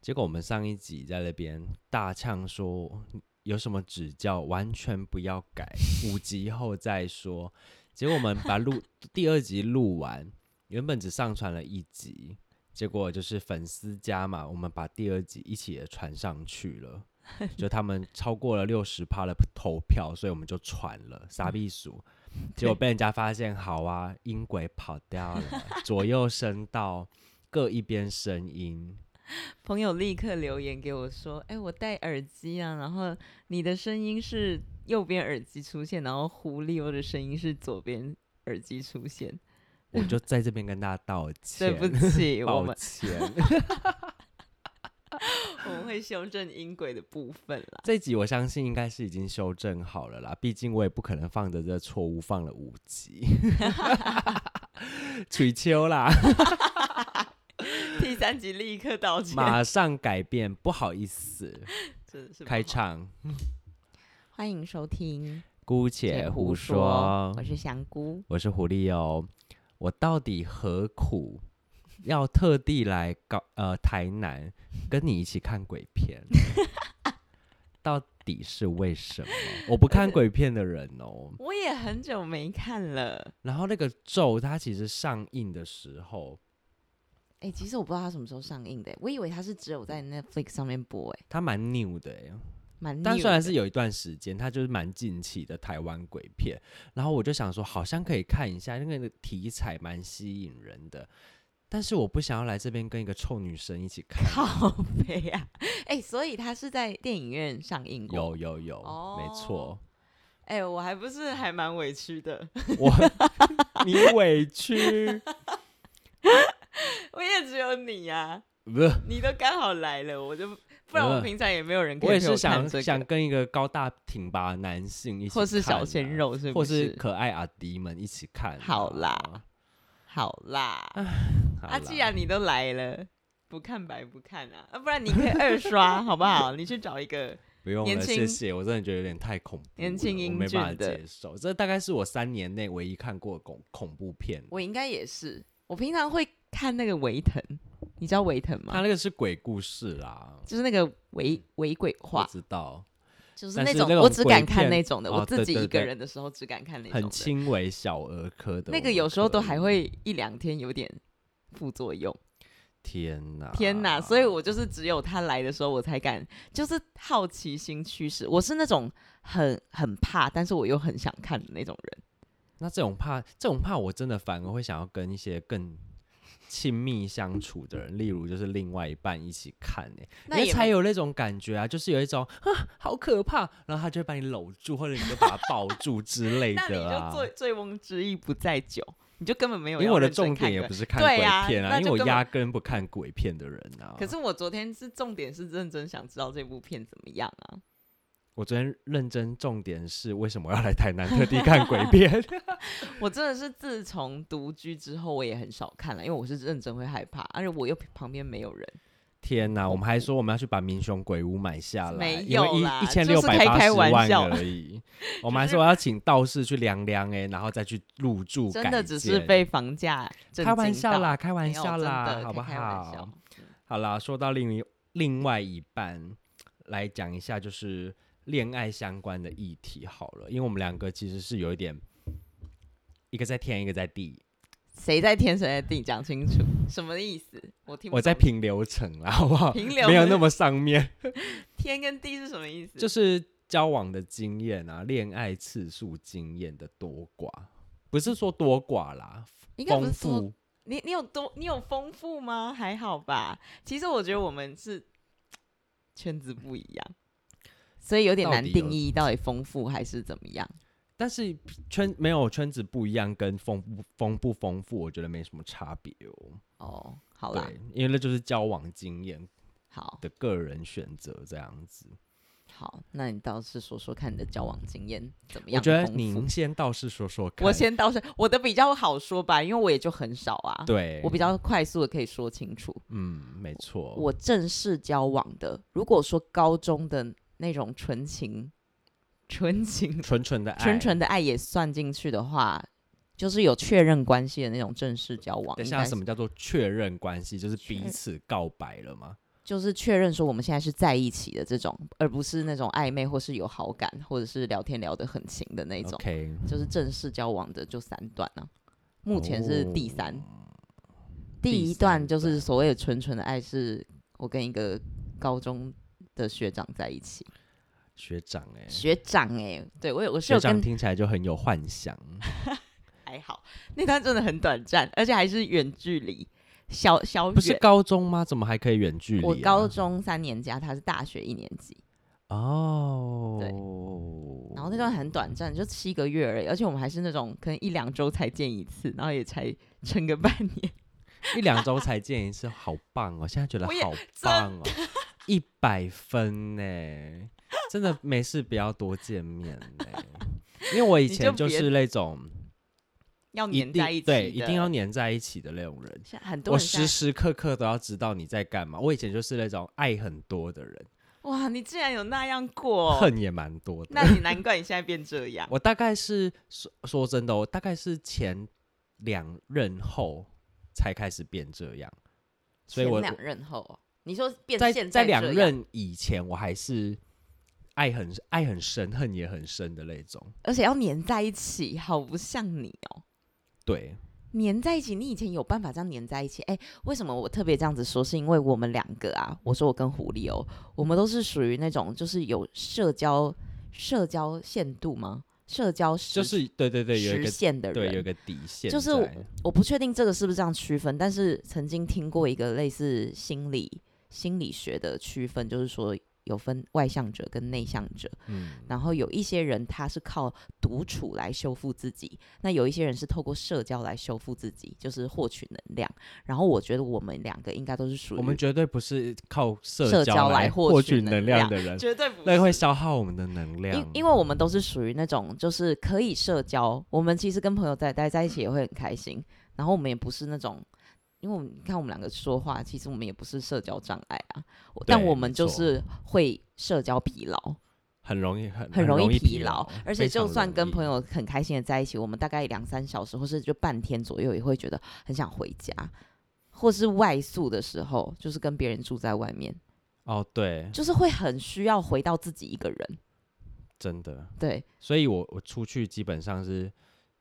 结果我们上一集在那边大呛说有什么指教，完全不要改，五集后再说。结果我们把录第二集录完，原本只上传了一集，结果就是粉丝加嘛，我们把第二集一起也传上去了。就他们超过了六十趴的投票，所以我们就传了傻避暑，结果被人家发现，好啊，音轨跑掉了，左右声道各一边声音，朋友立刻留言给我说：“哎、我戴耳机啊，然后你的声音是右边耳机出现，然后狐狸我的声音是左边耳机出现。 我就在这边跟大家道对歉，不起，我 抱们歉。我们会修正音轨的部分啦。这集我相信应该是已经修正好了啦，毕竟我也不可能放着这错误放了五集， 取秋啦，第三集立刻道歉，马上改变，不好意思， 真的 是不开好场。欢迎收听姑且胡说，我是香菇。我是狐狸哦，我到底何苦要特地来搞呃台南跟你一起看鬼片？ 到底是为什么？我不看鬼片的人哦。我也很久没看了，然后那个咒，它其实上映的时候，哎、其实我不知道它什么时候上映的，我以为它是只有在 Netflix 上面播，哎，它蛮 new 的诶，蛮但 new 虽然的是有一段时间，它就是蛮近期的台湾鬼片。然后我就想说，好像可以看一下，那个题材蛮吸引人的。但是我不想要来这边跟一个臭女生一起看。 靠背啊，哎、所以它是在电影院上映过。有有有，没错 哦。哎、我还不是还蛮委屈的， 我你委屈，我也只有你啊，不是？你都刚好来了，我就不然呃我平常也没有人可以我也陪是看想这个想跟一个高大挺拔的男性一起看啊、或是小鲜肉是或不是是？可爱阿迪们一起看啊、好啦好啦，好啦，啊，既然你都来了，不看白不看啊，啊，不然你可以 二刷好不好？你去找一个，不用了，年谢轻谢。我真的觉得有点太恐怖了，年轻英我没办法俊的接受。这大概是我三年内唯一看过的恐恐怖片。我应该也是，我平常会看那个维腾，你知道维腾他吗？那个是鬼故事啦，就是那个伪伪鬼我话，知道，就是但那是种那我种只鬼敢看片那种的，哦我对自己对一个对人的时候只敢看那种很的。轻微小儿科的。那个有时候都还。会嗯一两天有点副作用，天哪！天哪！所以嗯我就是只有他来的时候，我才敢，就是好奇心驱使。我是那种很很怕，但是我又很想看的那种人。那这种怕，这种怕，我真的反而会想要跟一些更亲密相处的人，例如就是另外一半一起看、欸，那因为也才没有那种感觉啊，就是有一种啊好可怕，然后他就会把你搂住，或者你就把他抱住 之类那你的就啊。醉醉翁之意不在酒，你就根本没有因为要我的认真重点看也的不是看鬼对啊片那因为就我根本压根不看鬼片的人啊。可是我昨天是重点是认真想知道这部片怎么样啊？我昨天认真重点是为什么要来台南特地看鬼片？我真的是自从独居之后，我也很少看了，因为我是认真会害怕，而且我又旁边没有人。天哪，我们还说我们要去把《民雄鬼屋》买下来，嗯没因为有啦一一千就六是百开八开十玩万笑而 已。我们还说要请道士去量量哎、然后再去入住改真建。的只是被房价震开玩惊笑到啦，开玩没有笑真的啦，开好不开玩好笑？好啦，说到另一另外一半，来讲一下就是恋爱相关的议题好了，因为我们两个其实是有一点，一个在天，一个在地，谁在天谁在地，讲清楚什么意思？我听不我在懂评流程啦，好不好？平流没有是那么上面，天跟地是什么意思？就是交往的经验啊，恋爱次数经验的多寡，不是说多寡啦，应该不丰是说富。你你有多你有丰富吗？还好吧。其实我觉得我们是圈子不一样，所以有点到难底定有义到底丰富还是怎么样。但是圈没有圈子不一样，跟丰不丰不丰富，我觉得没什么差别哦。哦，好啦，对，因为那就是交往经验好的个人选择这样子。好，那你倒是说说看你的交往经验怎么我样觉丰富？得您先倒是说说看。我先倒是我的比较好说吧，因为我也就很少啊。对，我比较快速的可以说清楚，嗯，没错，我正式交往的，如果说高中的那种纯情、纯情、纯纯的爱，纯纯的爱也算进去的话，就是有确认关系的那种正式交往。等一应下，该什是么叫做确认关系？就是确彼此告白了吗？就是确认说我们现在是在一起的这种，而不是那种暧昧或是有好感，或者是聊天聊得很勤的那种， OK，就是正式交往的就三段啊。目前是哦第三，第一段就是所谓的纯纯的爱，是我跟一个高中的学长在一起，学长哎、学长哎、对我有我是学有长跟听起来就很有幻想，还好，那段真的很短暂，而且还是远距离，小小不是远。高中吗？怎么还可以远距离、啊？我高中三年级啊，他是大学一年级，哦，然后那段很短暂，就七个月而已，而且我们还是那种可能一两周才见一次，然后也才撑个半年。一两周才见一次，好棒哦！现在觉得 我也好棒哦，一百分呢，真的没事不要多见面呢， 因为我以你前就就别是那种要一黏在定一起，对一定要。黏在一起的那种人，现在很多我人现时在时刻刻都要知道你在干嘛。我以前就是那种爱很多的人，哇，你竟然有那样过、哦恨也蛮多的。那你难怪你现在变这样。我大概是说说真的、哦，我大概是前两任后才开始变这样， 所以前我两任后哦，你说变在现在这样两任以前，我还是爱很爱很深，恨也很深的那种。而且要黏在一起，好不像你哦。对，黏在一起，你以前有办法这样黏在一起？哎，为什么我特别这样子说？是因为我们两个啊，我说我跟狐狸哦，我们都是属于那种就是有社交社交限度吗？社交时就是对对对，有一时个限的对有一人，个底线在，就是我不确定这个是不是这样区分，但是曾经听过一个类似心理心理学的区分，就是说有分外向者跟内向者，嗯，然后有一些人他是靠独处来修复自己，那有一些人是透过社交来修复自己，就是获取能量。然后我觉得我们两个应该都是属于我们绝对不是靠社交交来获获取取能能量量的人，绝对不那会消耗我们的能量。因因为我们都是属于那种就是可以社交，我们其实跟朋友在待在一起也会很开心。然后我们也不是那种，因为我们你看我们两个说话，其实我们也不是社交障碍啊，我但对我们没就错是会社交疲劳，很容易很很容易疲易疲劳，而且非常就算跟容易朋友很开心的在一起，我们大概两三小时，或是就半天左右，也会觉得很想回家。或是外宿的时候，就是跟别人住在外面，哦，对，就是会很需要回到自己一个人。真的。对，所以我我出去基本上是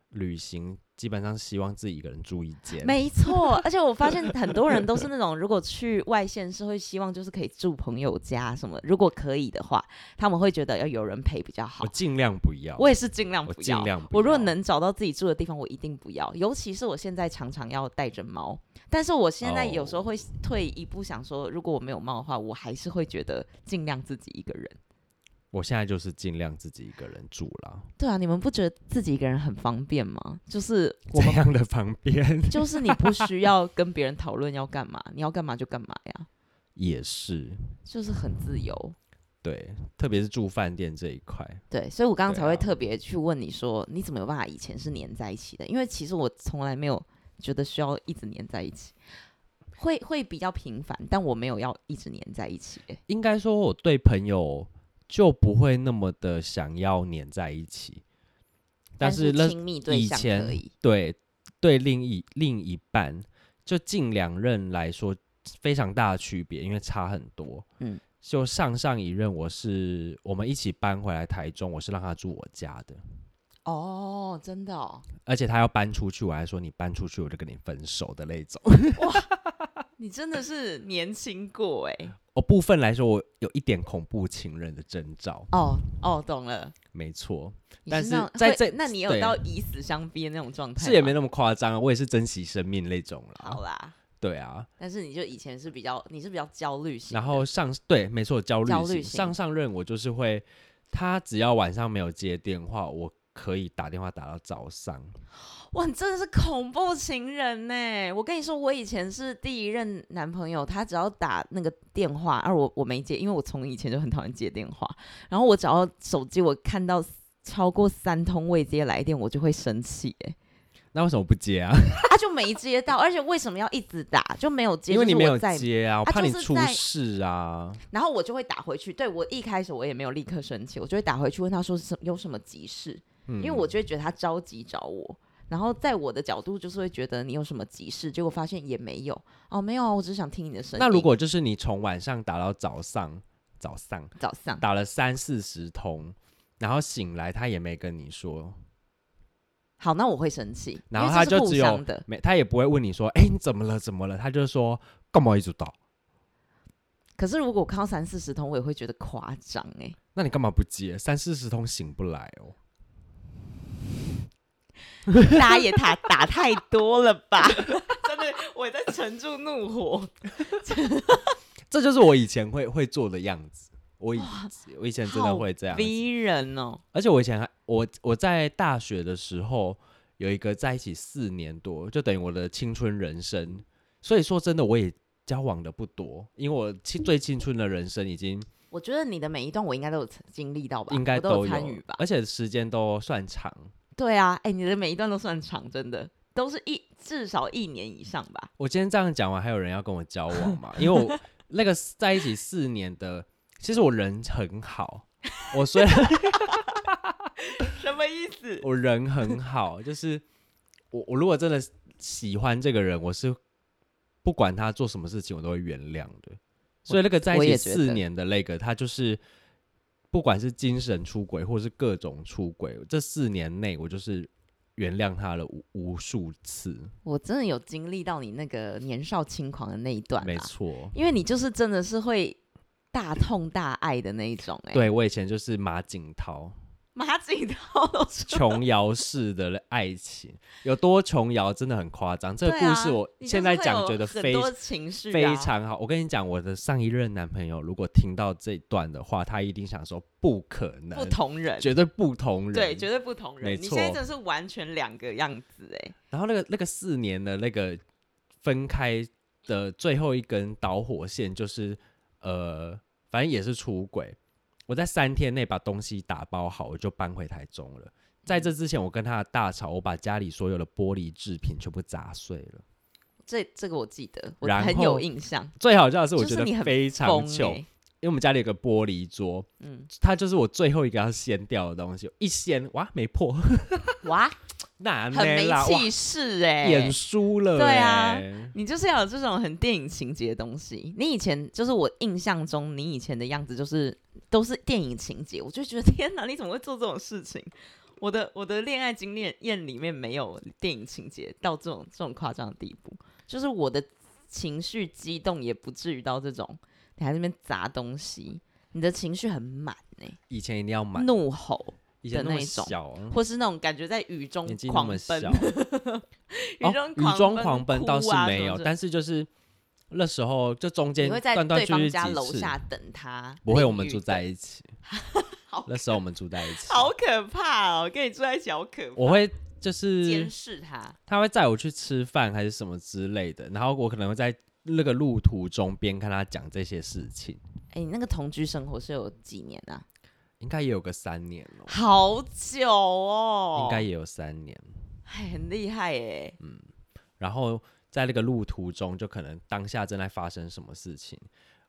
旅行，基本上希望自己一个人住一间。没错，而且我发现很多人都是那种，如果去外县是会希望就是可以住朋友家什么，如果可以的话，他们会觉得要有人陪比较好我。尽量不要，我也是尽量我不尽要。量不我如果要能找到自己住的地方，我一定不要。尤其是我现在常常要带着猫，但是我现在有时候哦会退一步，想说，如果我没有猫的话，我还是会觉得尽量自己一个人。我现在就是尽量自己一个人住啦。对啊，你们不觉得自己一个人很方便吗？就是我怎们，样的方便就是你不需要跟别人讨论要干嘛，你要干嘛就干嘛呀， 也是就是很自由。对，特别是住饭店这一块，对，所以我刚刚对才会啊特别去问你说，你怎么有办法以前是黏在一起的？因为其实我从来没有觉得需要一直黏在一起，会会比较频繁，但我没有要一直黏在一起欸。应该说我对朋友就不会那么的想要黏在一起，但是那亲密对以象前可以，对对另一另一半，就近两任来说非常大的区别，因为差很多。嗯，就上上一任我是我们一起搬回来台中，我是让他住我家的，哦，真的哦，而且他要搬出去，我还说你搬出去我就跟你分手的那种。 你真的是年轻过 哎。我部分来说，我有一点恐怖情人的征兆，哦哦，懂了。没错，你但那是种在会这那你有对到以死相逼的那种状态吗？是也没那么夸张啊，我也是珍惜生命那种好啦。啦，对啊，但是你就以前是比较你是比较焦虑型的，然后上对，没错，焦虑焦型虑型上上任我就是会，他只要晚上没有接电话，我可以打电话打到早上。哇，你真的是恐怖情人呢！我跟你说，我以前是第一任男朋友，他只要打那个电话，而我我没接，因为我从以前就很讨厌接电话。然后我只要手机我看到超过三通未接来电，我就会生气哎，那为什么不接啊？ 他就没接到，而且为什么要一直打？就没有接，因为就你是没我有在接啊，我啊怕就你是出在事啊。然后我就会打回去。对我一开始我也没有立刻生气，我就会打回去问他说什有什么急事，嗯因为我就会觉得他着急找我。然后在我的角度就是会觉得你有什么急事，结果发现也没有哦，没有啊，我只是想听你的声音。那如果就是你从晚上打到早上，早上早上打了三四十通，然后醒来他也没跟你说，好，那我会生气，然因后为他这是就互只有相的，没，他也不会问你说，哎、你怎么了？怎么了？他就说干嘛一直打？可是如果我看到三四十通，我也会觉得夸张哎、那你干嘛不接？三四十通醒不来哦。大家也打打太多了吧？ 真的，我也在沉住 怒火。这就是我以前会会做的样子。我以我以前真的会这样子，逼人哦，而且我以前还我我在大学的时候有一个在一起四年多，就等于我的青春人生。所以说真的，我也交往的不多，因为我青最青春的人生已经我觉得你的每一段我应该都有经历到吧，应该我都有参与吧？而且时间都算长。对啊，哎、你的每一段都算长，真的都是一至少一年以上吧？我今天这样讲完，还有人要跟我交往吗？因为 我那个在一起四年的，其实我人很好，我虽然。什么意思？我人很好，就是我我如果真的喜欢这个人，我是不管他做什么事情，我都会原谅的。所以那个在一我起也觉四得年的那个，他就是不管是精神出轨或是各种出轨，这四年内我就是原谅他了无无数次，我真的有经历到你那个年少轻狂的那一段、啊，没错。因为你就是真的是会大痛大爱的那一种、哎，对我以前就是马景涛马景涛都是琼瑶式的爱情，有多琼瑶真的很夸张。这个对故啊事我你就是现在会讲有觉得很非多情绪、啊，非常好。我跟你讲，我的上一任男朋友如果听到这一段的话，他一定想说不可能，不同人，绝对不同人。对，绝对不同没人。你现在错真的是完全两个样子哎、然后那个那个四年的那个分开的最后一根导火线就是，呃，反正也是出轨。我在三天内把东西打包好，我就搬回台中了。在嗯这之前，我跟他的大吵，我把家里所有的玻璃制品全部砸碎了。这这个我记得，我然很后有印象。最好笑的是，我就觉是你得很非常疯糗，哎因为我们家里有个玻璃桌，嗯，它就是我最后一个要掀掉的东西，一掀哇没破，哇，那很没啦哇气势哎、演输了、欸，对啊你就是要有这种很电影情节的东西。你以前就是我印象中，你以前的样子就是都是电影情节，我就觉得天哪，你怎么会做这种事情？我的我的恋爱经验验里面没有电影情节到这种这种夸张的地步，就是我的情绪激动也不至于到这种，你还在那边砸东西，你的情绪很满呢、以前一定要买，怒吼，以前那的么那种小，啊或是那种感觉在雨中年纪那狂么小奔，， 哦雨中狂奔哭倒是啊什没么有，之类但是就是那时候就中间你会在断断对续续方几家楼次，下等他？不会，淋我们雨住的在一起，好那时候我们住在一起， 好可怕哦，跟你住在一起好可怕。我会就是监视他，他会载我去吃饭还是什么之类的，然后我可能会在那个路途中边跟他讲这些事情，哎、你那个同居生活是有几年啊？应该也有个三年了。好久哦，应该嗯也有三年。哎很厉害哎，然后在那个路途中，就可能当下正在发生什么事情，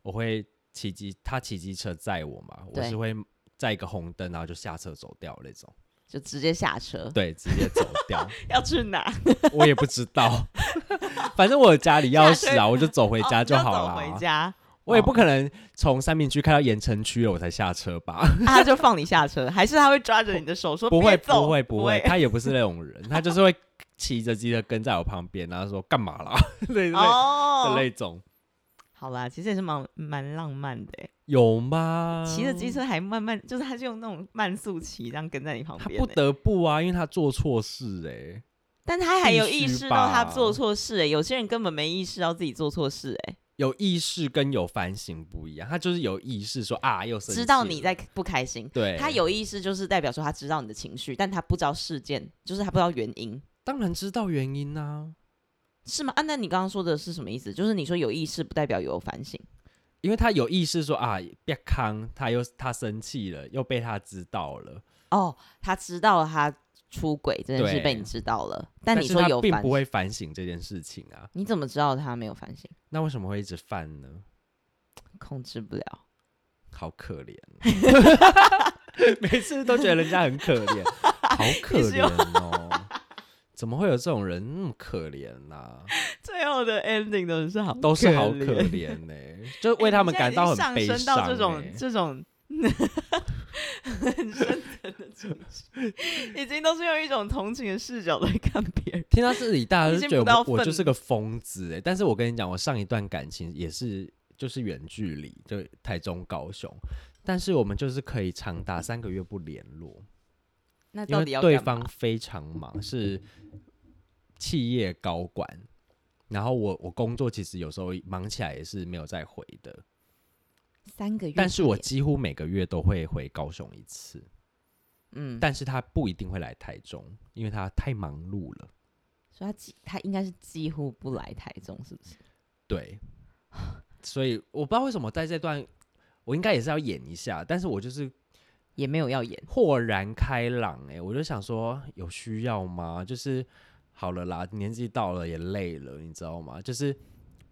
我会骑机，他骑机车载我嘛，我对是会在一个红灯，然后就下车走掉那种，就直接下车对，直接走掉，要去哪？我也不知道， 反正我有家里钥匙啊，我就走回家哦就好要走 回啦。家，啊哦我也不可能从三明区开到盐城区了，我才下车吧？啊他就放你下车，还是他会抓着你的手说不会，别走不会，不不会，他也不是那种人， 他就是会骑着机车跟在我旁边，然后说干嘛啦， 类类的哦。那种。好啦，其实也是蛮蛮浪漫的欸，有吗？骑着机车还慢慢，就是他就用那种慢速骑，这样跟在你旁他边欸。不得不啊，因为他做错事哎、但他还有必意须识到他吧做错事、欸，有些人根本没意识到自己做错事、欸，有意识跟有反省不一样，他就是有意识说啊，又生气知道你了在不开心，对，他有意识就是代表说他知道你的情绪，但他不知道事件，就是他不知道原因，当然知道原因啊，是吗？啊，那你刚刚说的是什么意思？就是你说有意识不代表有反省，因为他有意识说啊，别康，他又他生气了，又被他知道了，哦，他知道他出轨这件事对被你知道了，但但你是说他有并反不省，会反省这件事情啊，你怎么知道他没有反省？那为什么会一直犯呢？控制不了，好可怜，哦 每次都觉得人家很可怜，好可你是怜用哦。怎么会有这种人那么可怜呐、最后的 ending 都是好，都是好可。怜呢、就 哎为他们你现感在已到经很悲伤、上欸。升到这种这种 很深层的情绪，已经都是用一种同情的视角来看别人。听到这里，大家已就经觉不到得我愤就是个疯子哎、但是我跟你讲，我上一段感情也是就是远距离，就台中、高雄，但是我们就是可以长达三个月不联络，那因到为底要对干嘛方非常忙，是企业高管。然后我我工作其实有时候忙起来也是没有再回的，三个月不联，但是我几乎每个月都会回高雄一次，嗯，但是他不一定会来台中，因为他太忙碌了。所以他几他应该是几乎不来台中，是不是？ 对，所以我不知道为什么在这段，我应该也是要演一下，但是我就是也没有要演，豁然开朗哎、我就想说有需要吗？就是好了啦，年纪到了也累了，你知道吗？就是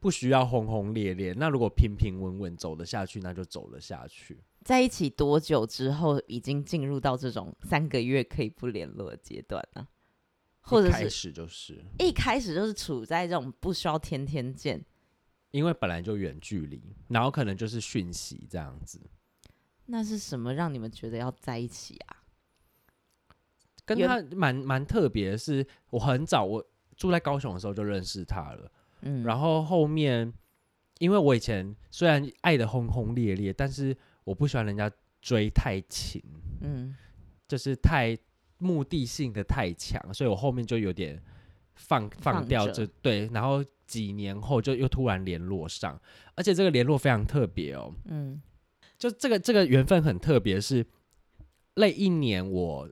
不需要轰轰烈烈，那如果平平稳稳走得下去，那就走得下去。在一起多久之后已经进入到这种三个月可以不联络的阶段呢、或者一开是始就是一开始就是处在这种不需要天天见，因为本来就远距离，然后可能就是讯息这样子，那是什么让你们觉得要在一起啊？跟原他蛮蛮特别的是，我很早我住在高雄的时候就认识他了。嗯，然后后面，因为我以前虽然爱的轰轰烈烈，但是我不喜欢人家追太勤，嗯，就是太目的性的太强，所以我后面就有点放放放掉着这对，然后几年后就又突然联络上，而且这个联络非常特别哦，嗯，就这个这个缘分很特别，是那一年我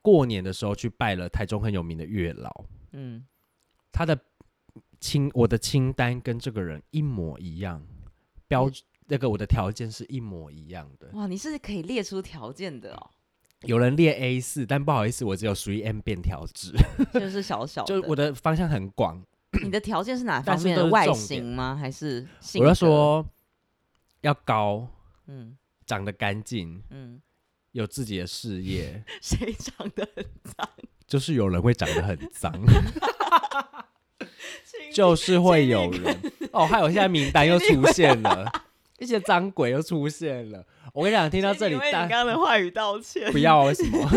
过年的时候去拜了台中很有名的月老，嗯，他的清我的清单跟这个人一模一样，嗯标那个我的条件是一模一样的。哇，你是可以列出条件的哦，有人列 A 四，但不好意思，我只有属于 M 便条纸，就是小小的。 就我的方向很广。你的条件是哪但方是面都的？是外重形点吗？还是性我要格，说要高，嗯长得干净，嗯，有自己的事业，谁长 得很脏？就是有人会长得很 脏，亲就是会请你有人哦。还有现在名单又出现了，一些脏鬼又出现了。我跟你讲，听到请这你里，为你大刚刚的话语道 歉。不要为什么？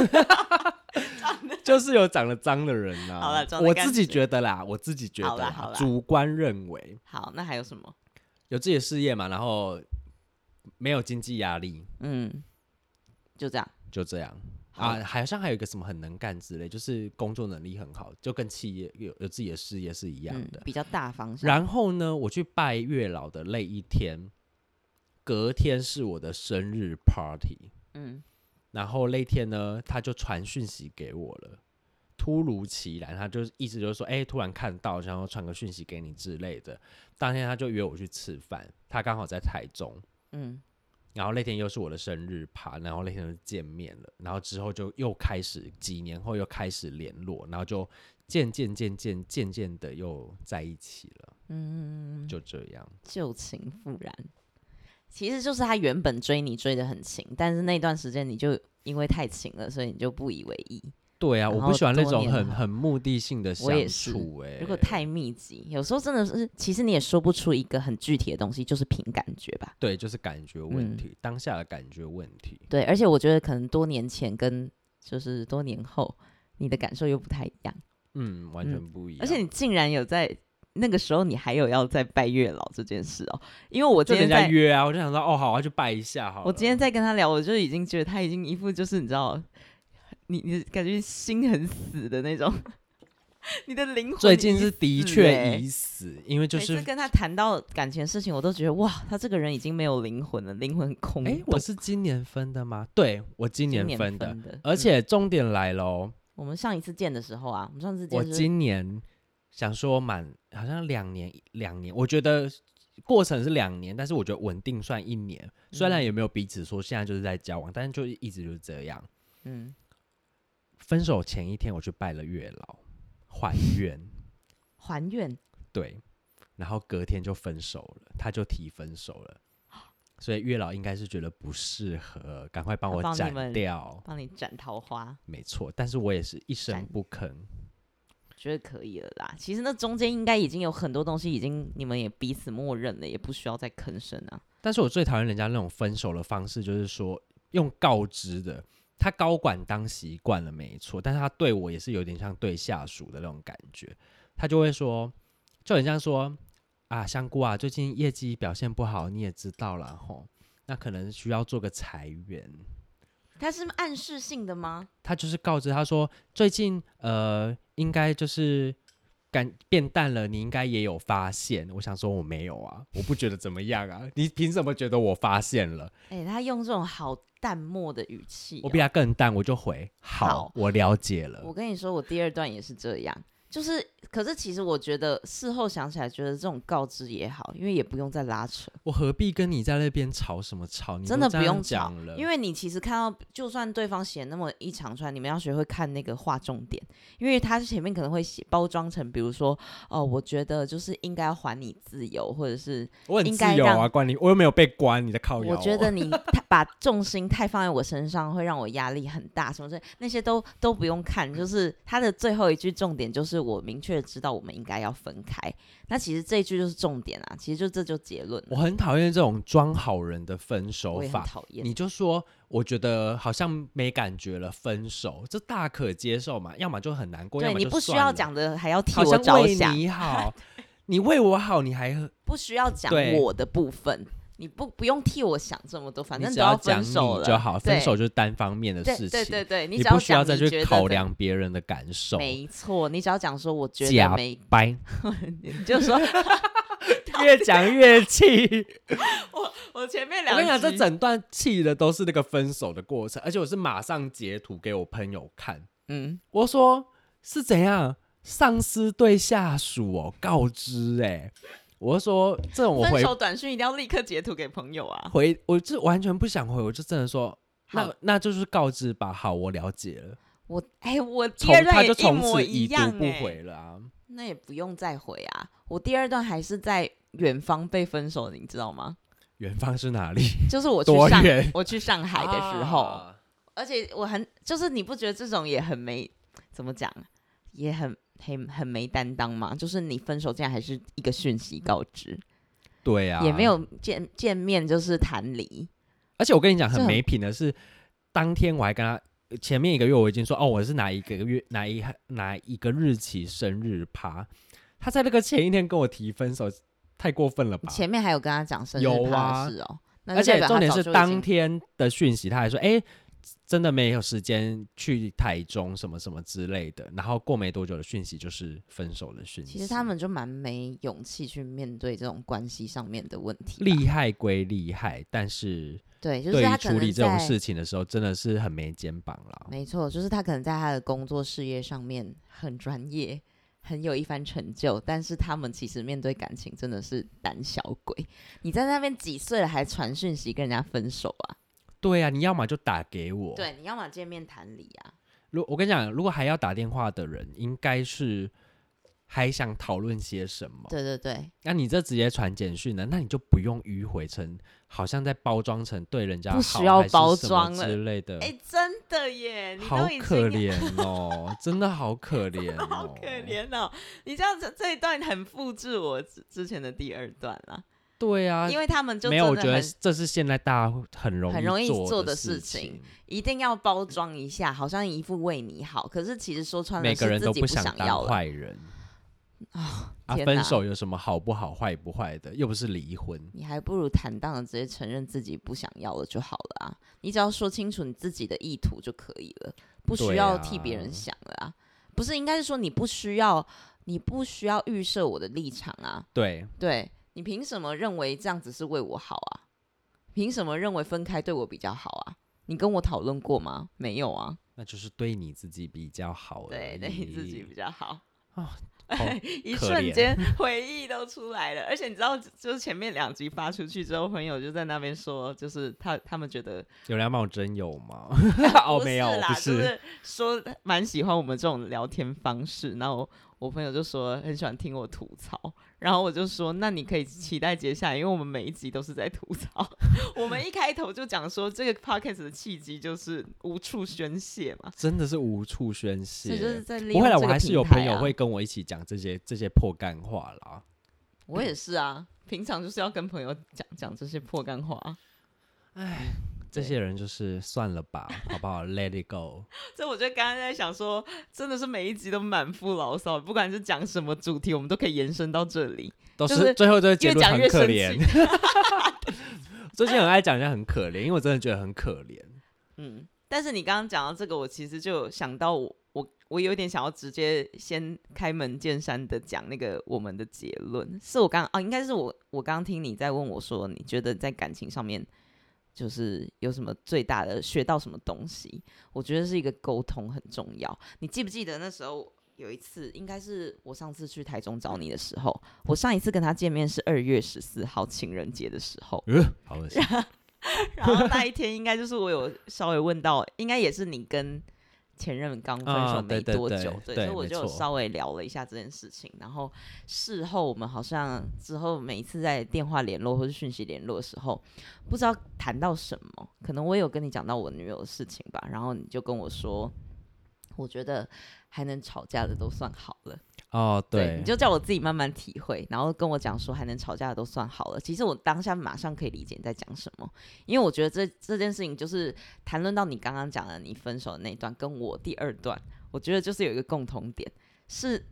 就是有长得脏的人呐、好了长得我干自己净觉得啦，我自己觉好得啦好啦主观认为好，那还有什么？有自己的事业嘛，然后没有经济压力，嗯，就这样。就这样好啊。好像还有一个什么很能干之类，就是工作能力很好，就跟企业有有自己的事业是一样嗯的，。比较大方向。然后呢，我去拜月老的那一天，隔天是我的生日 party。嗯，然后那天呢，他就传讯息给我了，突如其然，他就是意思就是说，哎、突然看到，然后传个讯息给你之类的。当天他就约我去吃饭，他刚好在台中，嗯，然后那天又是我的生日趴，然后那天就见面了，然后之后就又开始几年后又开始联络，然后就渐渐渐渐渐渐的又在一起了，嗯，就这样。旧情复燃。其实就是他原本追你追的很勤，但是那段时间你就因为太勤了，所以你就不以为意。对啊，我然不后喜欢那多种年很后很目的性的相我也是处、哎，如果太密集，有时候真的是，其实你也说不出一个很具体的东西，就是凭感觉吧。对，就是感觉问嗯题，当下的感觉问题。对，而且我觉得可能多年前跟就是多年后，你的感受又不太一样。嗯，完嗯全不一样。而且你竟然有在那个时候，你还有要再拜月老这件事哦，因为我就今人天家在，约啊，我就想说，哦，好啊，去拜一下好了。我今天在跟他聊，我就已经觉得他已经一副就是你知道，你你感觉心很死的那种， 你的灵魂最近已是的死确欸已死，因为就每次是跟他谈到感情的事情，我都觉得哇，他这个人已经没有灵魂了，灵魂很空洞。哎，我是今年分的吗？对，我今今年年分的，的而嗯且重点来喽，我们上一次见的时候啊，我们上次见我就是今年想说满好像两年，两年，我觉得。过程是两年，但是我觉得稳定算一年。虽然嗯也没有彼此说现在就是在交往，但是就一直就是这样。嗯，分手前一天，我去拜了月老，还 愿。还愿对，然后隔天就分手了，他就提分手 了，所以月老应该是觉得不适合，赶快帮他我帮你斩们掉，帮你斩桃花，没错。但是我也是一声斩不吭，觉得可以了啦。其实那中间应该已经有很多东西，已经你们也彼此默认了，也不需要再吭声啊。但是我最讨厌人家那种分手的方式，就是说用告知的。他高管当习惯了，没错，但是他对我也是有点像对下属的那种感觉。他就会说，呃就很像说啊，香菇啊，最近业绩表现不好，你也知道了吼，那可能需要做个裁员。它是暗示性的吗？他就是告知他说，最近呃，应该就是感变淡了，你应该也有发现。我想说我没有啊，我不觉得怎么样啊，你凭什么觉得我发现了？哎、他用这种好淡漠的语气哦、我比他更淡，我就回好，好我了解了我。跟你说，我第二段也是这样，就是，可是其实我觉得事后想起来，觉得这种告知也好，因为也不用再拉扯，我何必跟你在那边吵什么吵？你都真的这不样用吵讲了，因为你其实看到，就算对方写那么一长串，你们要学会看那个划重点，因为他前面可能会写包装成，比如说，哦，我觉得就是应该要还你自由，或者是我很应自该由啊，让关你，我又没有被关，你在靠哦摇、我觉得，你太把重心太放在我身上，会让我压力很大，什么之类，那些都都不用看。就是他的最后一句重点，就是我明确地知道我们应该要分开。那其实这一句就是重点啊，其实就这就结论我了。很讨厌这种装好人的分手我也很法。讨厌，你就说，我觉得好像没感觉了，分手这大可接受嘛，要么就很难过，要对么你就不需算要了，讲的还要替好我像着为想， 你好，你为我好，你还不需要讲对我的部分，你不不用替我想这么多，反你正只都要讲分你手了就好，分对手就是单方面的对事情，对对对，你你只不要需要讲再你觉去得考的量别人的感受，没错，你只要讲说我觉假得没，掰， 你就说越讲越气。我前面 我 两跟你讲，这集整段气的都是那个分手的过程，而且我是马上截图给我朋友看，嗯，我说是怎样，上司对下属哦告知哎、我就说这种我分回手短讯一定要立刻截图给朋友啊。回，我就完全不想回，我就真的说。那好那就是告知吧，好，我了解了。我哎、我第从二他段也就一从模此一已读样不哎、回了啊。那也不用再回啊。我第二段还是在远方被分手的，你知道吗？远方是哪里？就是我去多上远我去上海的时候，啊而且我很就是你不觉得这种也很没怎么讲，也很很很没担当吗？就是你分手竟然还是一个讯息告知，对啊，也没。有见见面就是谈离，而且我跟你讲，这很很没品的是，当天我还跟他前面一个月我已经说哦，我是哪一个月哪一哪一个日期生日趴，他在那个前一天跟我提分手，太过分了吧？前面还有跟他讲生日啊有趴啊的事哦、那就而且代表他重点早是就已当经天的讯息，他还说哎。真的没有时间去台中什么什么之类的，然后过没多久的讯息就是分手的讯息。其实他们就蛮没勇气去面对这种关系上面的问题吧。厉害归厉害，但是对，就是对于他处可理能这种在事情的时候，真的是很没肩膀啦。没错，就是他可能在他的工作事业上面很专业，很有一番成就，但是他们其实面对感情真的是胆小鬼。你在那边几岁了还传讯息跟人家分手啊？对啊，你要么就打给我，对，你要么见面谈理啊。如我跟你讲，如果还要打电话的人，应该是还想讨论些什么。对对对，那你这直接传简讯呢？那你就不用迂回成，好像在包装成对人家不好需要还是什么包装了之类的。哎、真的耶，你好都已经可怜哦，真的好可怜、哦，好可。怜哦！你这样子这一段很复制我之之前的第二段啦，对啊，因为他们就没有，我真觉的得很这是现在大家很容很容易做做的事事情一定要包装一下，好像一副为你好，可是其实说穿了每个人是都自己不想要当了。坏人。啊，天分哪手有什么好不好、坏不坏的？又不是离婚。你还不如坦荡的直接承认自己不想要了就好了啊！你只要说清楚你自己的意图就可以了，不需要替别人想了啊！不是，应该是说你不需要，你不需要预设我的立场啊！对，对你凭什么认为这样子是为我好啊？凭什么认为分开对我比较好啊？你跟我讨论过吗？没有啊，那就是对你自己比较好而对，已对你自己比较好。哦 好一可瞬怜间回忆都出来了，而且你知道，就是前面两集发出去之后，朋友就在那边说，就是他他们觉得有人要帮我真有吗？不 哦，是没有，啦，不就是说蛮喜欢我们这种聊天方式，然后我朋友就说很喜欢听我吐槽，然后我就说那你可以期待接下来，因为我们每一集都是在吐槽。 我们一开头就讲说这个 podcast 的契机就是无处宣泄嘛，真的是无处宣所以就是泄。在利不用会啦，这我个还是平有台朋友啊会跟我一起讲这些这些破干话啦。我也是啊，平常就是要跟朋友讲讲这些破干话，这对些人就是算了吧，好不好？Let it go。所以我就刚刚在想说，真的是每一集都满腹牢骚，不管是讲什么主题，我们都可以延伸到这里，都是、就是最后都是结越论讲很越可生怜。气。 最近很爱讲人家很可怜，因为我真的觉得很可怜。嗯，但是你刚刚讲到这个，我其实就有想到我我我有点想要直接先开门见山的讲那个我们的结论，是我刚啊，应该是我我刚刚听你在问我说，你觉得在感情上面就是有什么最大的学到什么东西？我觉得是一个沟通很重要。你记不记得那时候？有一次，应该是我上次去台中找你的时候，我上一次跟他见面是二月十四号情人节的时候，呃，好恶 心。然后那一天应该就是我有稍微问到，应该也是你跟前任刚分手啊对没对多对久，对所以我没就有错稍微聊了一下这件事情。然后事后我们好像之后每一次在电话联络或是讯息联络的时候，不知道谈到什么，可能我有跟你讲到我女友的事情吧，然后你就跟我说。我觉得还能吵架的都算好了，哦，你就叫我自己慢慢体会，然后跟我讲说还能吵架的都算好了。其实我当下马上可以理解你在讲什么，因为我觉得这这件事情就是谈论到你刚刚讲的你分手的那一段，跟我第二段，我觉得就是有一个共同点，是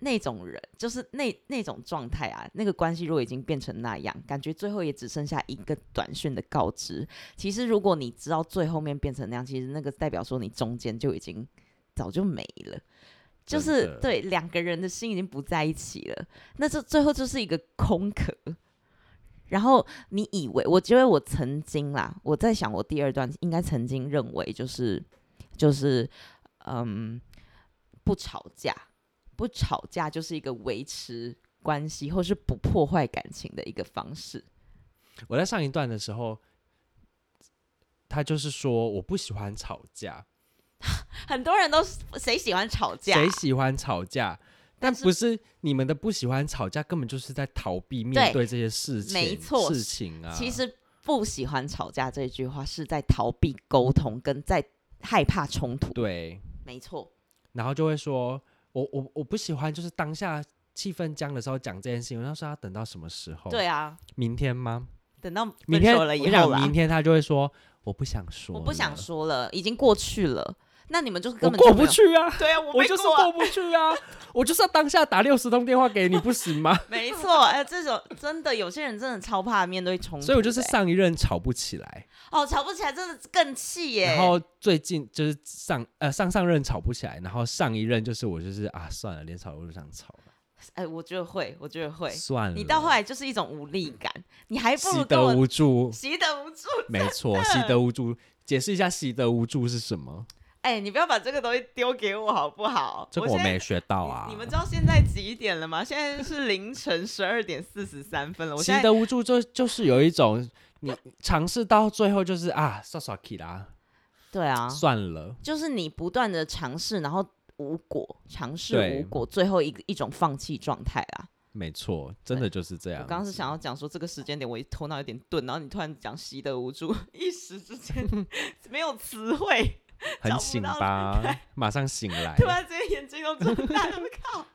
那种人，就是那那种状态啊，那个关系如果已经变成那样，感觉最后也只剩下一个短讯的告知。其实如果你知道最后面变成那样，其实那个代表说你中间就已经早就没了。就真是的对两个人的心已经不在一起了，那这最后就是一个空壳。然后你以为，我觉得我曾经啦，我在想我第二段应该曾经认为就是就是嗯不吵架，不吵架就是一个维持关系或是不破坏感情的一个方式。我在上一段的时候，他就是说我不喜欢吵架，很多人都是谁喜欢吵架？谁喜欢吵架？但但不是你们的不喜欢吵架，根本就是在逃避面对这些事情，没错事情啊。其实不喜欢吵架这句话是在逃避沟通，跟在害怕冲突。对，没错，然后就会说我我我不喜欢，就是当下气氛僵的时候讲这件事情，我要说要等到什么时候？对，啊，明天吗？等到哦明分天手了我以跟你后讲啦明，天他就会说我不想说，我不想，说了，已经过去了。那你们就是我根本过就没不有。去啊。对啊，我我没就是过啊过不去啊！我就是要当下打六十通电话给你，不行 吗？没错，哎、这种真的有些人真的超怕面对冲突的、所以我就是哎上一任吵不起来，哦，吵不起来，真的更气耶。然后最近就是上呃上上任吵不起来，然后上一任就是我就是啊算了，连吵都不想吵了，哎、我觉得会，我觉得会。算了。你到后来就是一种无力感，你还不嗯习如跟得我无助， 习得无助。没错，习得无助。解释一下习得无助是什么？哎、你不要把这个东西丢给我好不好？这个我现在没学到啊。你。你们知道现在几点了吗？现在是凌晨十二点四十三分了。我习现在得无助就就是有一种你尝试到最后就是啊刷刷 k 啦，对啊，算了，就是你不断的尝试，然后无果，尝试对无果，最后一个一种放弃状态啦。没错，真的就是这我样。刚刚是想要讲说这个时间点，我一头脑有点钝，然后你突然讲习得无助， 一时之间没有词汇，很找不醒到吧，马上醒来。 突然之间眼睛都睁大了，我靠！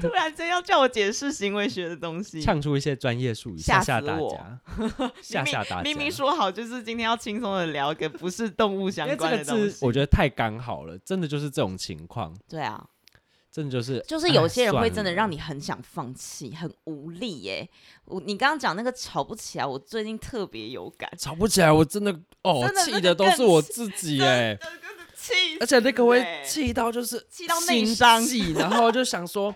突然间要叫我解释行为学的东西，唱出一些专业术语，吓吓吓死大我 家，吓吓大家。明明说好就是今天要轻松的聊个不是动物因相为这关个的东字西，，我觉得太刚好了，真的就是这种情况，对啊，真的就是哎就是有些人会真的让你你很想放弃，很无力耶、我你刚刚讲那个吵不起来，我最近特别有感，吵不起来，我真的哦真的气那的个都更是我气自己哎， 真的真的气死而且那个会欸气到就是气到内心伤悸，然后就想说，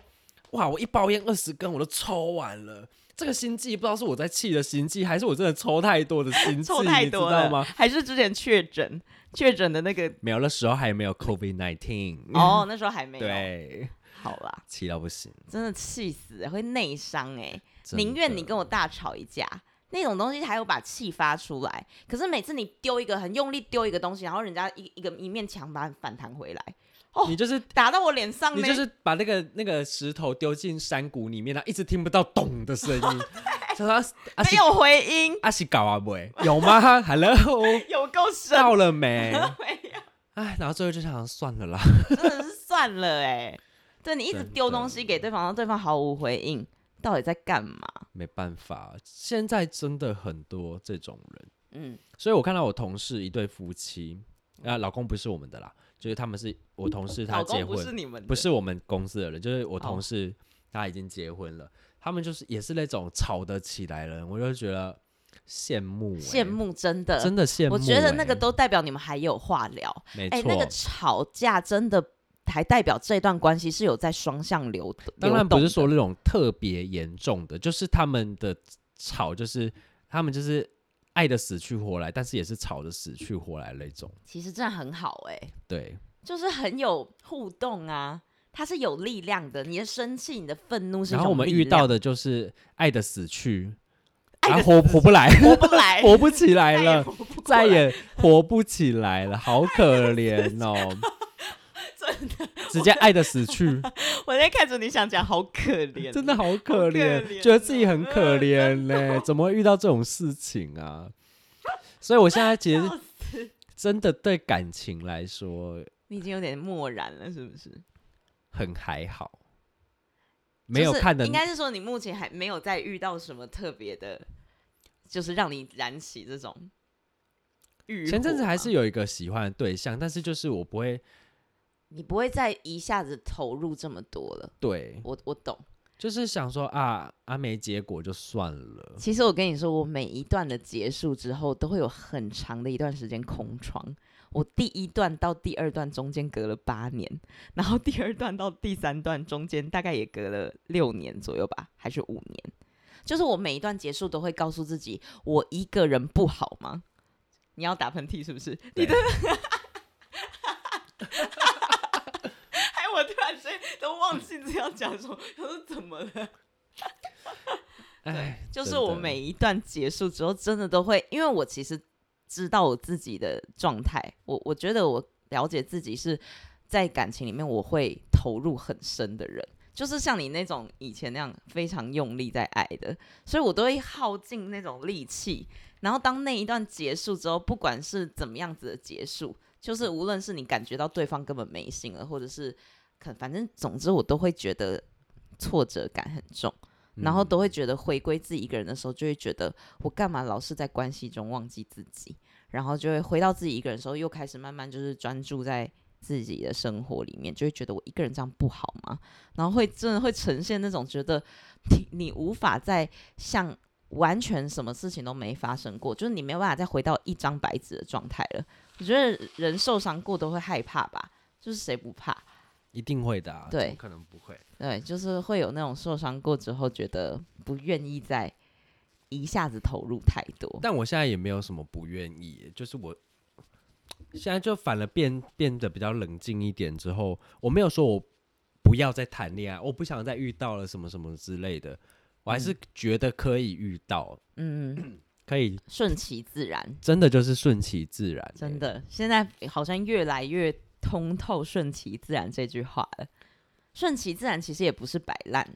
哇，我一包烟二十根我都抽完了。这个心悸不知道是我在气的心悸，还是我真的抽太多的 心悸，臭你太知多道了吗？还是之前确诊确诊的那个没有，那时候还没有 COVID nineteen，、哦，那时候还没嗯有。对，好啦，气到不行，真的气死欸，会内伤哎，真宁愿你的跟我大吵一架。那种东西还有把气发出来，可是每次你丢一个很用力丢一个东西，然后人家一一个一面墙把你反弹回来，你 就是打到我脸上你呢，就是把那个那个石头丢进山谷里面，然后一直听不到咚的声 音。哎他说阿没西有回音，阿西搞啊不会有吗 ？Hello，有够深，到了没？没有哎，然后最后就想算了啦。真的是算了哎、对你一直真的丢东西给对方，然后对方毫无回应，到底在干嘛？没办法，现在真的很多这种人，嗯所以我看到我同事一对夫妻，啊，老公不是我们的啦，就是他们是我同事他老结公婚，不是你们的，不是我们公司的人，就是我哦同事他已经结婚了，他们就是也是那种吵得起来的人，我就觉得羡慕、欸羡，慕，真的，真的羡慕、欸我觉得那个，都代表你们还有话聊。没哎、错，那个吵架真的还代表这段关系是有在双向流动。当然流动不的是说那种特别严重的，就是他们的吵，就是他们就是爱的死去活来，但是也是吵的死去活来那种。其实真的很好哎、对，就是很有互动啊，它是有力量的。你的生气、你的愤怒是一然后我种们力遇量，到的就是爱的死去，爱然的后活活不来，活不来，活不起来再也了。活不过再来也活不起来了，好可怜哦！ 直接爱的死去，我在看着你想讲，好可怜，真的好可好可怜怜，哦觉得自己很可怜呢，怎么会遇到这种事情啊？所以我现在其实 笑死。真的对感情来说你已经有点漠然了，是不是？很还好，没就有是看的应该是说你目前还没有再遇到什么特别的，就是让你燃起这种欲火吗。前阵子还是有一个喜欢的对象，但是就是我不会你不会再一下子投入这么多了。对，我我懂。就是想说啊啊没结果就算 了，其实我跟你说，我每一段的结束之后，都会有很长的一段时间空窗。我第一段到第二段中间隔了八年， 然后第二段到第三段中间大概也隔了六年左右吧，还是五年。就是我每一段结束都会告诉自己，我一个人不好吗？你要打喷嚏是不是？你的 对哎，我突然间都忘记这样讲什么，我说怎么了？哎，就是真的我每一段结束之后，真的都会，因为我其实知道我自己的状态，我我觉得我了解自己是在感情里面我会投入很深的人，就是像你那种以前那样非常用力在爱的，所以我都会耗尽那种力气。然后当那一段结束之后，不管是怎么样子的结束，就是无论是你感觉到对方根本没心了，或者是可反正总之我都会觉得挫折感很重。然后嗯都会觉得回归自己一个人的时候，就会觉得我干嘛老是在关系中忘记自己，然后就会回到自己一个人的时候，又开始慢慢就是专注在自己的生活里面，就会觉得我一个人这样不好吗？然后会真的会呈现那种觉得你你无法再像完全什么事情都没发生过，就是你没有办法再回到一张白纸的状态了。我觉得人受伤过都会害怕吧，就是谁不怕？一定会的、啊，对怎么可能不会。对，就是会有那种受伤过之后，觉得不愿意再一下子投入太多。但我现在也没有什么不愿意，就是我现在就反而变变得比较冷静一点。之后我没有说我不要再谈恋爱，我不想再遇到了什么什么之类的，我还是觉得可以遇到， 嗯，可以顺其自然，真的就是顺其自然、真，的，现在好像越来越通透“顺其自然”这句话了。顺其自然其实也不是摆烂，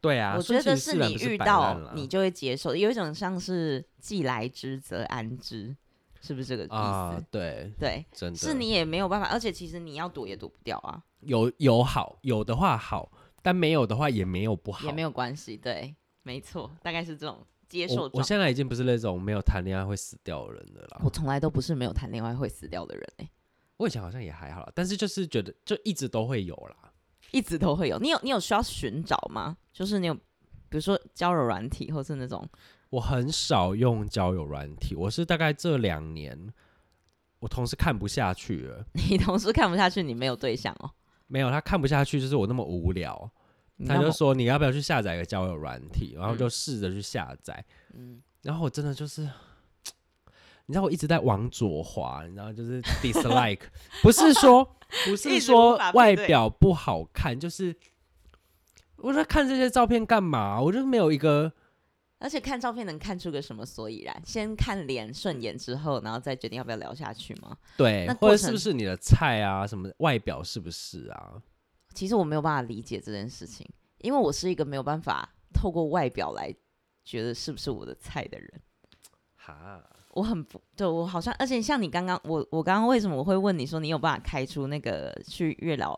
对啊，我觉得顺其自然你不是遇摆烂到啦你就会接受，有一种像是“既来之则安之”，是不是这个意思？啊，对，对，真的是你也没有办法，而且其实你要躲也躲不掉啊，有有好有的话好，但没有的话也没有不好，也没有关系。对，没错，大概是这种接受我我状态。现在已经不是那种没有谈恋爱会死掉的人了啦。我从来都不是没有谈恋爱会死掉的人、欸、我以前好像也还好啦，但是就是觉得就一直都会有啦。一直都会有。你有你有需要寻找吗？就是你有，比如说交友软体，或是那种 我很少用交友软体，我是大概这两年，我同事看不下去了，你同事看不下去，你没有对象哦。没有他看不下去，就是我那么无聊，你他那就么说你要不要去下载一个交友软体，然后嗯就试着去下载，嗯，然后我真的就是，你知道我一直在往左滑，你知道就是 dislike，不是说不一是直无说法配外对表不好看，就是我在看这些照片干嘛？我就没有一个而且看照片能看出个什么所以然，先看脸顺眼之后，然后再决定要不要聊下去吗？对那，或过者是程不是你的菜啊？什么外表是不是啊？其实我没有办法理解这件事情，因为我是一个没有办法透过外表来觉得是不是我的菜的人。哈，我很不对我好像，而且像你刚刚，我我刚刚为什么我会问你说你有办法开出那个去月老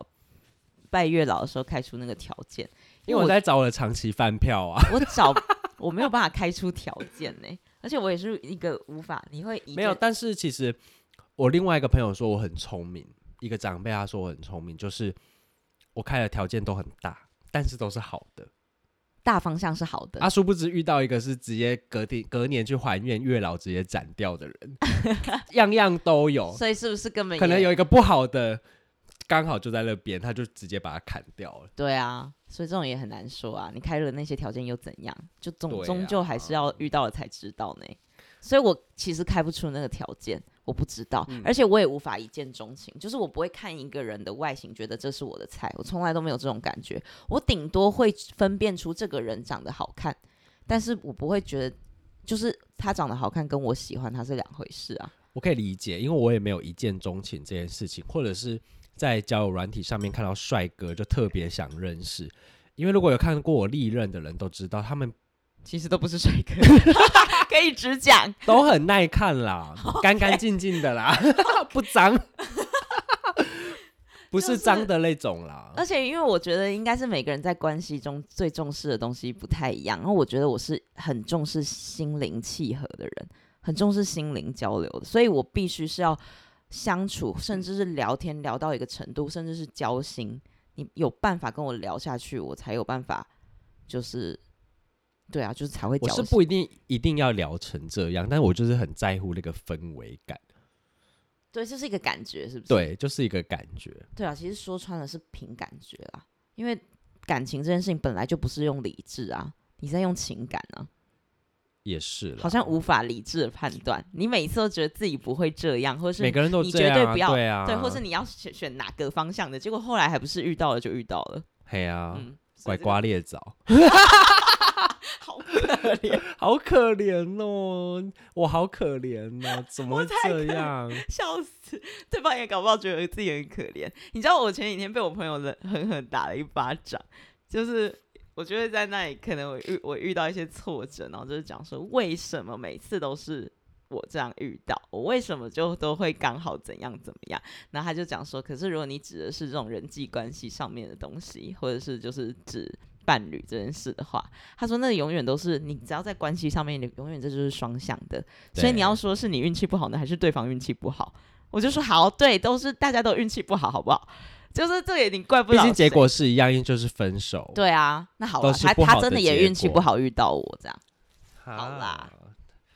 拜月老的时候开出那个条件？因为我在找我的长期饭票啊。我找我没有办法开出条件呢、而且我也是一个无法，你会一没有，件但是其实我另外一个朋友说我很聪明，一个长辈他说我很聪明，就是我开的条件都很大，但是都是好的。大方向是好的，啊，殊不知遇到一个是直接隔天隔年去还愿月老直接斩掉的 人，样样都有，所以是不是根本可能也有一个不好的，刚好就在那边，他就直接把他砍掉了。对啊，所以这种也很难说啊。你开了那些条件又怎样？就终、对啊终究还是要遇到了才知道呢。所以我其实开不出那个条件，我不知道，而且我也无法一见钟情，就是我不会看一个人的外形觉得这是我的菜，我从来都没有这种感觉。我顶多会分辨出这个人长得好看，但是我不会觉得就是他长得好看跟我喜欢他是两回事啊。我可以理解，因为我也没有一见钟情这件事情，或者是在交友软体上面看到帅哥就特别想认识。因为如果有看过我历任的人都知道，他们其实都不是帅 哥，可以直讲。都很耐看 啦，干干净净的啦， 不脏，不就是是脏的那种啦。而且，因为我觉得应该是每个人在关系中最重视的东西不太一样。然后我觉得我是很重视心灵契合的人，很重视心灵交流的，所以我必须是要相处，甚至是聊天聊到一个程度，甚至是交心，你有办法跟我聊下去，我才有办法，就是对啊，就是才会我交是心。不一定一定要聊成这样，但我就是很在乎那个氛围感，对，这是一个感觉，是不是？对，就是一个感觉。对啊，其实说穿了是凭感觉啦，因为感情这件事情本来就不是用理智啊，你在用情感啊。也是啦，好像无法理智的判断。你每次都觉得自己不会这样，或是每个人都你这绝样、啊，对不要对啊，对，或是你要选选哪个方向的，结果后来还不是遇到了就遇到了。嘿啊，嗯，拐所以这个瓜裂枣，好可怜，好可怜哦，我好可怜哦，怎么会这 样？笑死！ 对方也搞不好觉得自己很可怜。你知道我前几天被我朋友冷狠狠打了一巴掌，就是我觉得在那里可能我遇我遇到一些挫折，然后就是讲说为什么每次都是。我这样遇到，我为什么就都会刚好怎样怎么样？然后他就讲说，可是如果你指的是这种人际关系上面的东西，或者是就是指伴侣这件事的话，他说那永远都是你只要在关系上面，你永远这就是双向的。所以对你要说是你运气不好呢，还是对方运气不好？我就说好，对，都是大家都运气不好，好不好？就是这个也你怪不毕了谁。竟结果是一样，因为就是分手。对啊，那好都了，是他不好他的真的结也运气果不好遇到我这样，哈，好啦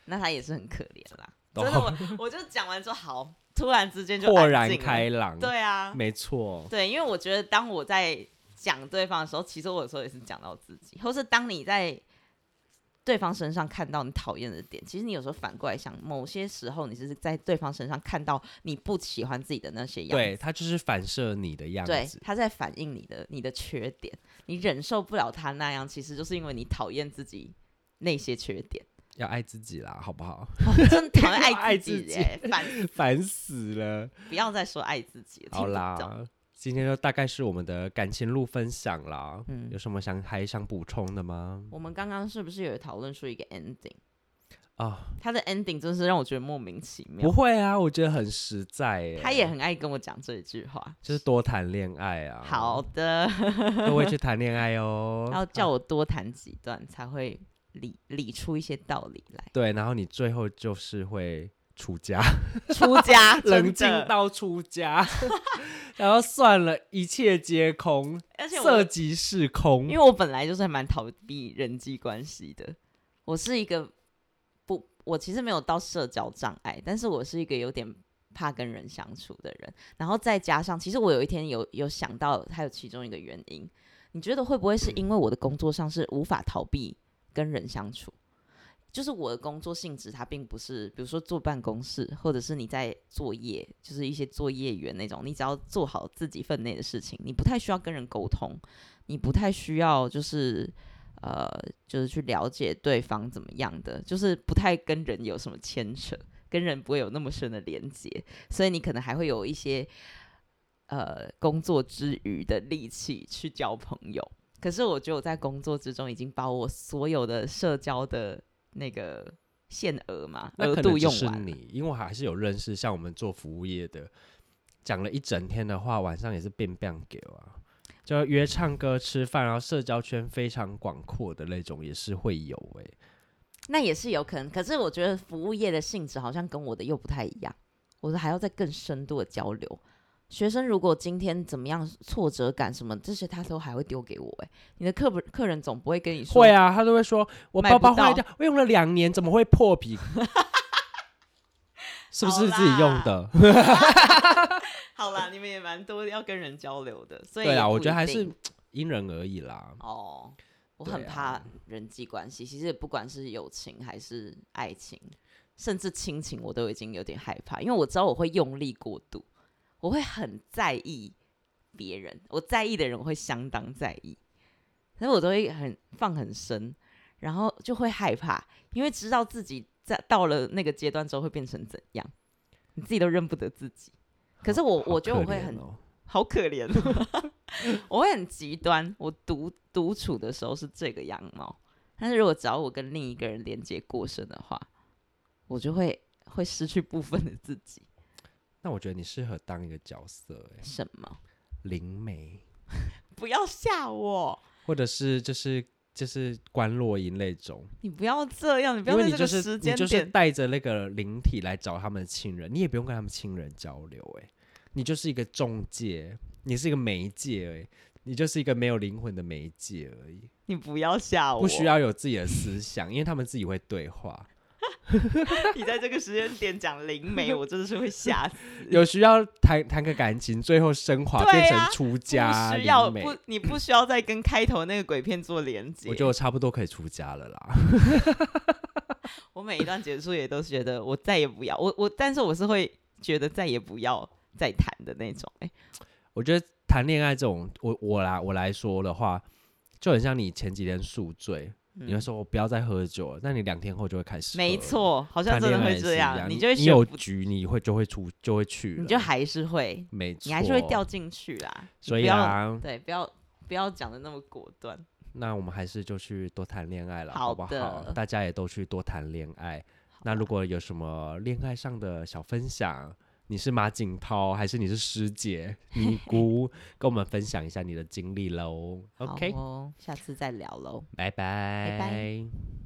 那他也是很可怜啦。哦真的，我我就讲完说好，突然之间就豁安然静了开朗，对啊，没错，对，因为我觉得当我在讲对方的时候，其实我有时候也是讲到自己，或是当你在对方身上看到你讨厌的点，其实你有时候反过来想，某些时候你是在对方身上看到你不喜欢自己的那些样对子。他就是反射你的样对子，，他在反映你的你的缺点，你忍受不了他那样，其实就是因为你讨厌自己那些缺点， 要爱自己啦，好不好？哦、真的讨厌爱爱自己己耶，反 烦死了。不要再说爱自己了，好听不懂，啦，今天就大概是我们的感情路分享啦。嗯有，什么想还想补充的吗？我们刚刚是不是有讨论出一个 ending？啊，他的 ending 真是让我觉得莫名其不妙。会啊，我觉得很实在耶。他也很爱跟我讲这一句话。就是多谈恋爱啊。 好，的，各位去谈恋爱哦。然后叫啊我多谈几段，才会理理出一些道理来。对，然后你最后就是会出家，出家 冷静 真的到出 家，然后算了，一切皆空，而且色我即是因空为。我本来就是还蛮逃避人际关系的，我是一个不，我其实没有到社交障碍，但是我是一个有点怕跟人相处的人。然后再加上，其实我有一天有有想到，还有其中一个原因，你觉得会不会是因为我的工作上是无法逃避跟人相处？就是我的工作性质，它并不是，比如说坐办公室，或者是你在作业，就是一些作业员那种，你只要做好自己分内的事情，你不太需要跟人沟通，你不太需要就是呃，就是去了解对方怎么样的，就是不太跟人有什么牵扯，跟人不会有那么深的连接，所以你可能还会有一些呃工作之余的力气去交朋友。可是我觉得我在工作之中已经把我所有的社交的那个限额嘛那额可度能就用是完了，你，因为我还是有认识，像我们做服务业的，讲了一整天的话，晚上也是变变给啊，就约唱歌、吃饭，然后社交圈非常广阔的那种，也是会有诶、那也是有可能。可是我觉得服务业的性质好像跟我的又不太一样，我的还要再更深度的交流。学生如果今天怎么样挫折感什么这些，他都还会丢给我、欸。你的客不客人总不会跟你说，会啊，他都会说我买包不包坏到掉，我用了两年，怎么会破 皮？是不好是自己用啦的？好啦，你们也蛮多要跟人交流的，所以对也啊，我不觉得一还定是因人而异啦。哦，我对很啊怕人际关系，其实不管是友情还是爱情，甚至亲情，我都已经有点害怕，因为我知道我会用力过度，我会很在意别人，我在意的人我会相当在意，可是我都会很放很深，然后就会害怕，因为知道自己在到了那个阶段之后会变成怎样，你自己都认不得自己。可是我，我好觉得我可会怜很哦好可怜、哦， 我会很极端。我独独处的时候是这个样貌，但是如果只要我跟另一个人连接过深的话，我就会会失去部分的自己。那我觉得你适合当一个角色、欸，什么？灵媒，不要吓我！或者是就是就是关洛音那种，你不要这样，你不因要为在你这就个是时你间就是点。带着那个灵体来找他们的亲人，你也不用跟他们亲人交流、欸，你就是一个中介，你是一个媒介、欸，你就是一个没有灵魂的媒介而已，你不要哦吓我！不需。要有自己的思想，因为他们自己会对 话。你在这个时间点讲灵媒，我真的是会吓死。有需要谈谈个感情，最后升华、对变啊成出家不需灵要媒不，你不需要再跟开头那个鬼片做连接。我觉得我差不多可以出家了啦。 我每一段结束也都觉得我再也不要，我我，但是我是会觉得再也不要再谈的那种、欸。我觉得谈恋爱这种，我我来我来说的话，就很像你前几天宿醉，你会说我不要再喝酒了，那你两天后就会开始。嗯没，错，好像哦谈真恋爱的会也是这一样，你你就会你选有不，局，你会就会出就会去了，你就还是会，没错，你还是会掉。进去啦。你所以不要啊，对，不要不要讲的那么果断。那我们还是就去多谈恋爱了，好不好的？大家也都去多谈恋爱。那如果有什么恋爱上的小分享，你是马景涛还是你是师姐、尼 姑，跟我们分享一下你的经历喽。好 OK，哦，下次再聊喽。拜拜拜